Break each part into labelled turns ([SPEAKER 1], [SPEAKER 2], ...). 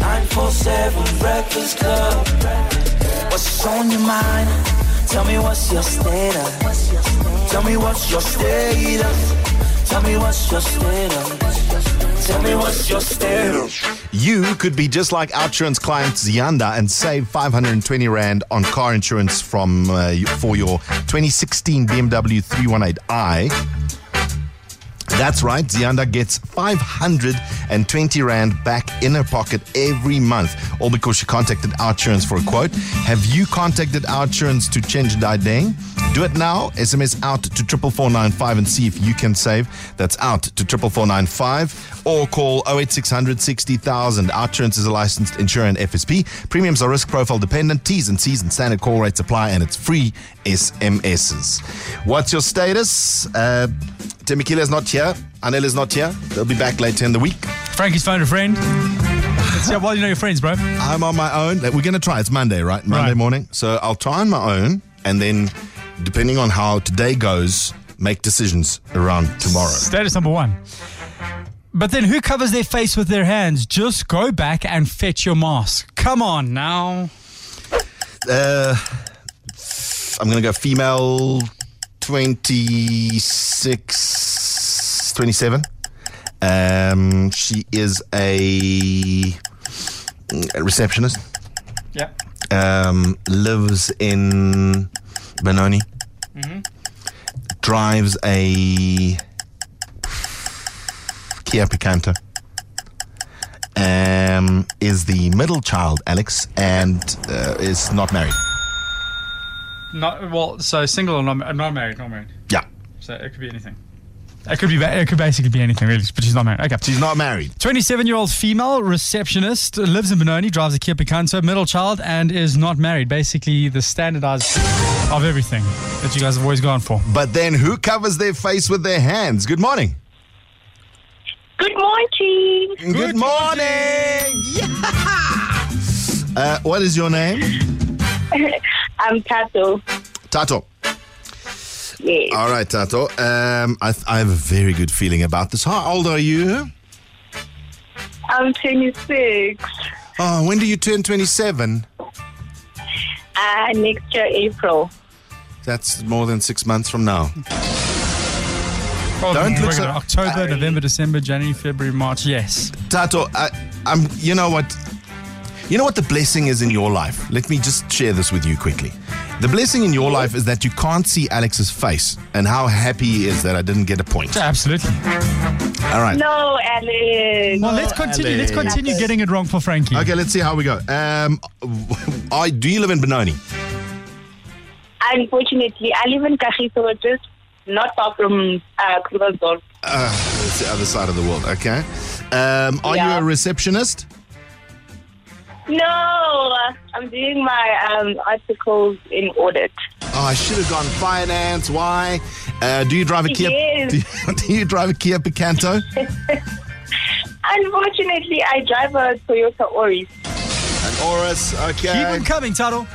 [SPEAKER 1] 947 Breakfast Club. What's on your mind? Tell me what's your status. Tell me what's your status. Tell me what's your status. Tell me what's your status.
[SPEAKER 2] You could be just like Outsurance client Zianda and save 520 Rand on car insurance from uh, for your 2016 BMW 318i. That's right, Zianda gets 520 Rand back in her pocket every month, all because she contacted Outsurance for a quote. Have you contacted Outsurance to change thy day? Do it now. SMS out to 44495 and see if you can save. That's out to 44495 or call 08600 60000. Outsurance is a licensed insurer and FSP. Premiums are risk profile dependent. T's and C's and standard call rates apply and it's free SMSs. What's your status? Uh, Timmy Keeler is not here. Anel is not here. They'll be back later in the week.
[SPEAKER 3] Frankie's phoned a friend. It's, yeah, well, you know your friends, bro.
[SPEAKER 2] I'm on my own. We're going to try. It's Monday, right? Monday
[SPEAKER 3] Right.
[SPEAKER 2] morning. So I'll try on my own, and then depending on how today goes, make decisions around tomorrow.
[SPEAKER 3] Status number one. But then who covers their face with their hands? Just go back and fetch your mask. Come on now.
[SPEAKER 2] Uh, I'm going to go female 26, 27. Um, she is a a receptionist,
[SPEAKER 3] Yeah.
[SPEAKER 2] um, lives in Benoni, drives a Kia Picanto, um, is the middle child, Alex, and uh, is not married.
[SPEAKER 3] Not well. So single or not, not married? Not married.
[SPEAKER 2] Yeah.
[SPEAKER 3] So it could be anything. It could be. ba- It could basically be anything, really. But she's not married. Okay.
[SPEAKER 2] She's not married.
[SPEAKER 3] 27 year old female receptionist lives in Benoni, drives a Kia Picanto, middle child, and is not married. Basically, the standardized of everything that you guys have always gone for.
[SPEAKER 2] But then who covers their face with their hands? Good morning.
[SPEAKER 4] Good morning.
[SPEAKER 2] Good, morning. Yeah. Uh, what is your name?
[SPEAKER 4] I'm Tato.
[SPEAKER 2] Tato.
[SPEAKER 4] Yes.
[SPEAKER 2] All right, Tato. Um, I, I have a very good feeling about this. How old are you?
[SPEAKER 4] I'm 26.
[SPEAKER 2] Oh, when do you turn 27?
[SPEAKER 4] Uh, next year, April.
[SPEAKER 2] That's more than six months from now.
[SPEAKER 3] Oh,
[SPEAKER 2] Don't look
[SPEAKER 3] we're
[SPEAKER 2] so-
[SPEAKER 3] gonna- October, November, December, January, February, March. Yes.
[SPEAKER 2] Tato, I, I'm. You know what? You know what the blessing is in your life. Let me just share this with you quickly. The blessing in your life is that you can't see Alex's face and how happy he is that I didn't get a point.
[SPEAKER 3] Yeah, absolutely.
[SPEAKER 2] All right.
[SPEAKER 4] No, Alex.
[SPEAKER 3] Well, let's continue. Let's
[SPEAKER 2] Alex.
[SPEAKER 3] continue getting it wrong for Frankie.
[SPEAKER 2] Okay, let's see how we go. Um, I do you live in Benoni?
[SPEAKER 4] Unfortunately, I live in Kagiso, which is not far from uh, Krugersdorp.
[SPEAKER 2] Uh, it's the other side of the world. Okay. Um, are
[SPEAKER 4] Yeah.
[SPEAKER 2] you a receptionist?
[SPEAKER 4] No, I'm doing my um, articles in audit.
[SPEAKER 2] Oh, I should have gone finance. Why? Uh, do you drive a Kia?
[SPEAKER 4] Yes.
[SPEAKER 2] Do, you, do you drive a Kia Picanto?
[SPEAKER 4] Unfortunately, I drive a Toyota Auris.
[SPEAKER 2] An Aurus.
[SPEAKER 3] Keep
[SPEAKER 2] Okay.
[SPEAKER 3] them coming, Tuttle.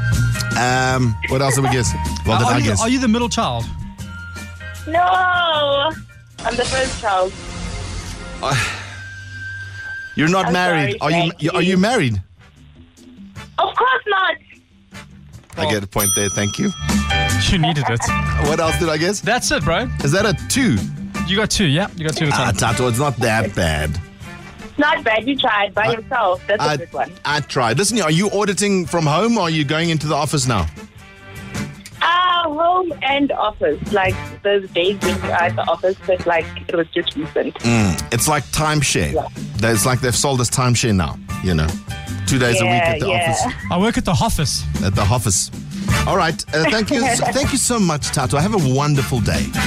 [SPEAKER 2] Um, what else did we guess? Well, did
[SPEAKER 3] are,
[SPEAKER 2] I
[SPEAKER 3] you,
[SPEAKER 2] guess?
[SPEAKER 3] are you the middle child?
[SPEAKER 4] No, I'm the first child.
[SPEAKER 2] You're not
[SPEAKER 4] I'm
[SPEAKER 2] married.
[SPEAKER 4] sorry,
[SPEAKER 2] are you,
[SPEAKER 4] thank
[SPEAKER 2] Are you
[SPEAKER 4] you.
[SPEAKER 2] married?
[SPEAKER 4] Of course not.
[SPEAKER 2] I get a point there. Thank you.
[SPEAKER 3] You needed it.
[SPEAKER 2] What else did I guess?
[SPEAKER 3] That's it, bro.
[SPEAKER 2] Is that a two?
[SPEAKER 3] You got two. Yeah, you got two. to
[SPEAKER 2] Ah,
[SPEAKER 3] time.
[SPEAKER 2] Tato, it's not that bad.
[SPEAKER 4] Not bad. You tried by
[SPEAKER 2] I-
[SPEAKER 4] yourself. That's a
[SPEAKER 2] I,
[SPEAKER 4] good one.
[SPEAKER 2] I tried. Listen, are you auditing from home or are you going into the office now?
[SPEAKER 4] Uh, home and office. Like those days when you are at the office, but like it was just recent.
[SPEAKER 2] Mm, It's like timeshare.
[SPEAKER 4] Yeah.
[SPEAKER 2] That- It's like they've sold us timeshare now, you know. Two days a week
[SPEAKER 4] Yeah,
[SPEAKER 2] at the
[SPEAKER 4] yeah.
[SPEAKER 2] office.
[SPEAKER 3] I work at the office.
[SPEAKER 2] At the office. All right. Uh, thank you. thank you so much, Tato. Have a wonderful day.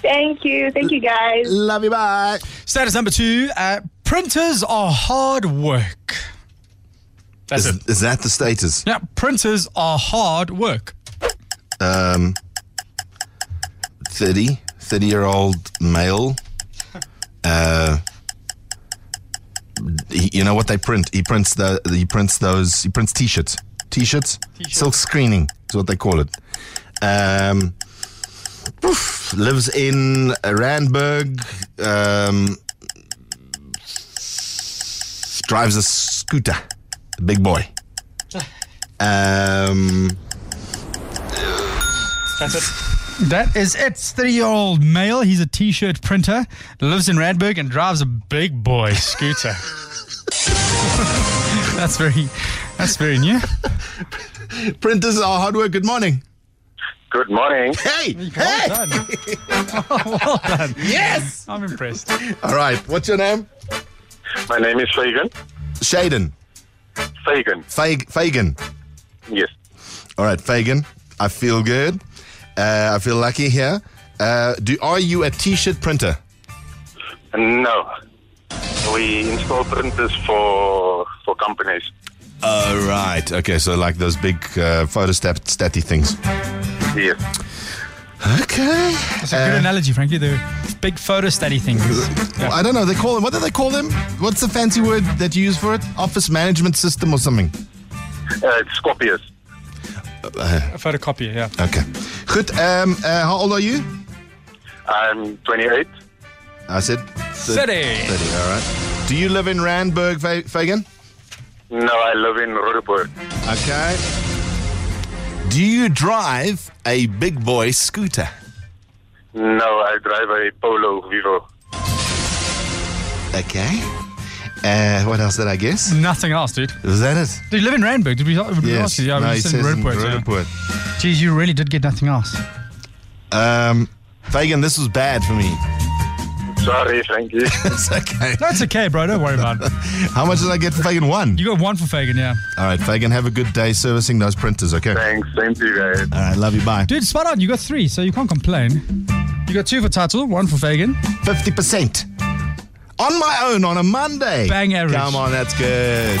[SPEAKER 4] Thank you. Thank you, guys.
[SPEAKER 2] Love you. Bye.
[SPEAKER 3] Status number two: uh, printers are hard work. That's
[SPEAKER 2] is,
[SPEAKER 3] it.
[SPEAKER 2] is that the status?
[SPEAKER 3] Yeah, printers are hard work.
[SPEAKER 2] 30, 30 year old male. Uh, he- you know what they print? He prints the he prints those he prints t-shirts, t-shirts, silk screening is what they call it. Um, poof, lives in Randburg. Um, drives a scooter, a big boy. Um,
[SPEAKER 3] That's it. That is it. 30 year old male. He's a t shirt printer, lives in Radberg, and drives a big boy scooter. that's very that's very new.
[SPEAKER 2] printers are hard work. Good morning.
[SPEAKER 5] Good morning.
[SPEAKER 2] Hey,
[SPEAKER 3] Well
[SPEAKER 2] hey.
[SPEAKER 3] done.
[SPEAKER 2] Yes.
[SPEAKER 3] I'm impressed.
[SPEAKER 2] All right. What's your name?
[SPEAKER 5] My name is Fagan.
[SPEAKER 2] Shaden.
[SPEAKER 5] Fagan.
[SPEAKER 2] Fag- Fagan.
[SPEAKER 5] Yes.
[SPEAKER 2] All right, Fagan. I feel good. Uh, I feel lucky here. Uh, do are you a t-shirt printer?
[SPEAKER 5] No. We install printers for for companies.
[SPEAKER 2] All right. Okay, so like those big uh, photostat statty things.
[SPEAKER 5] Yes.
[SPEAKER 2] Okay.
[SPEAKER 3] That's a good analogy, frankly. The big photo study things. Yeah.
[SPEAKER 2] I don't know. They call them. What do they call them? What's the fancy word that you use for it? Office management system or something?
[SPEAKER 5] Uh, it's copiers.
[SPEAKER 3] A photocopier, yeah.
[SPEAKER 2] Okay. Good. Um, uh, how old are you?
[SPEAKER 5] I'm 28.
[SPEAKER 2] I said
[SPEAKER 3] City.
[SPEAKER 2] thirty. All right. Do you live in Randburg, Fa- Fagan?
[SPEAKER 5] No, I live in Rodeburg.
[SPEAKER 2] Okay. Do you drive a big boy scooter?
[SPEAKER 5] No, I drive a Polo Vivo.
[SPEAKER 2] Okay. Uh, what else did I guess?
[SPEAKER 3] Nothing else, dude.
[SPEAKER 2] Is that it?
[SPEAKER 3] Do you live in Randburg? Did we, did we ask you? Yeah,
[SPEAKER 2] no,
[SPEAKER 3] we
[SPEAKER 2] it
[SPEAKER 3] said
[SPEAKER 2] says in
[SPEAKER 3] Randburg, yeah.
[SPEAKER 2] Roodepoort.
[SPEAKER 3] Geez, you really did get nothing else.
[SPEAKER 2] Um, Fagan, this was bad for me.
[SPEAKER 5] Sorry, Frankie.
[SPEAKER 2] it's okay.
[SPEAKER 3] That's okay, bro. Don't worry about it.
[SPEAKER 2] How much did I get for Fagan? One.
[SPEAKER 3] You got one for Fagan, yeah.
[SPEAKER 2] All right, Fagan, have a good day servicing those printers, okay? All
[SPEAKER 5] Thanks. Same to you guys.
[SPEAKER 2] right, love you, bye.
[SPEAKER 3] Dude, spot on. You got three, so you can't complain. You got two for Tuttle, one for Fagan.
[SPEAKER 2] 50%. On my own on a Monday.
[SPEAKER 3] Bang average.
[SPEAKER 2] Come on, that's good.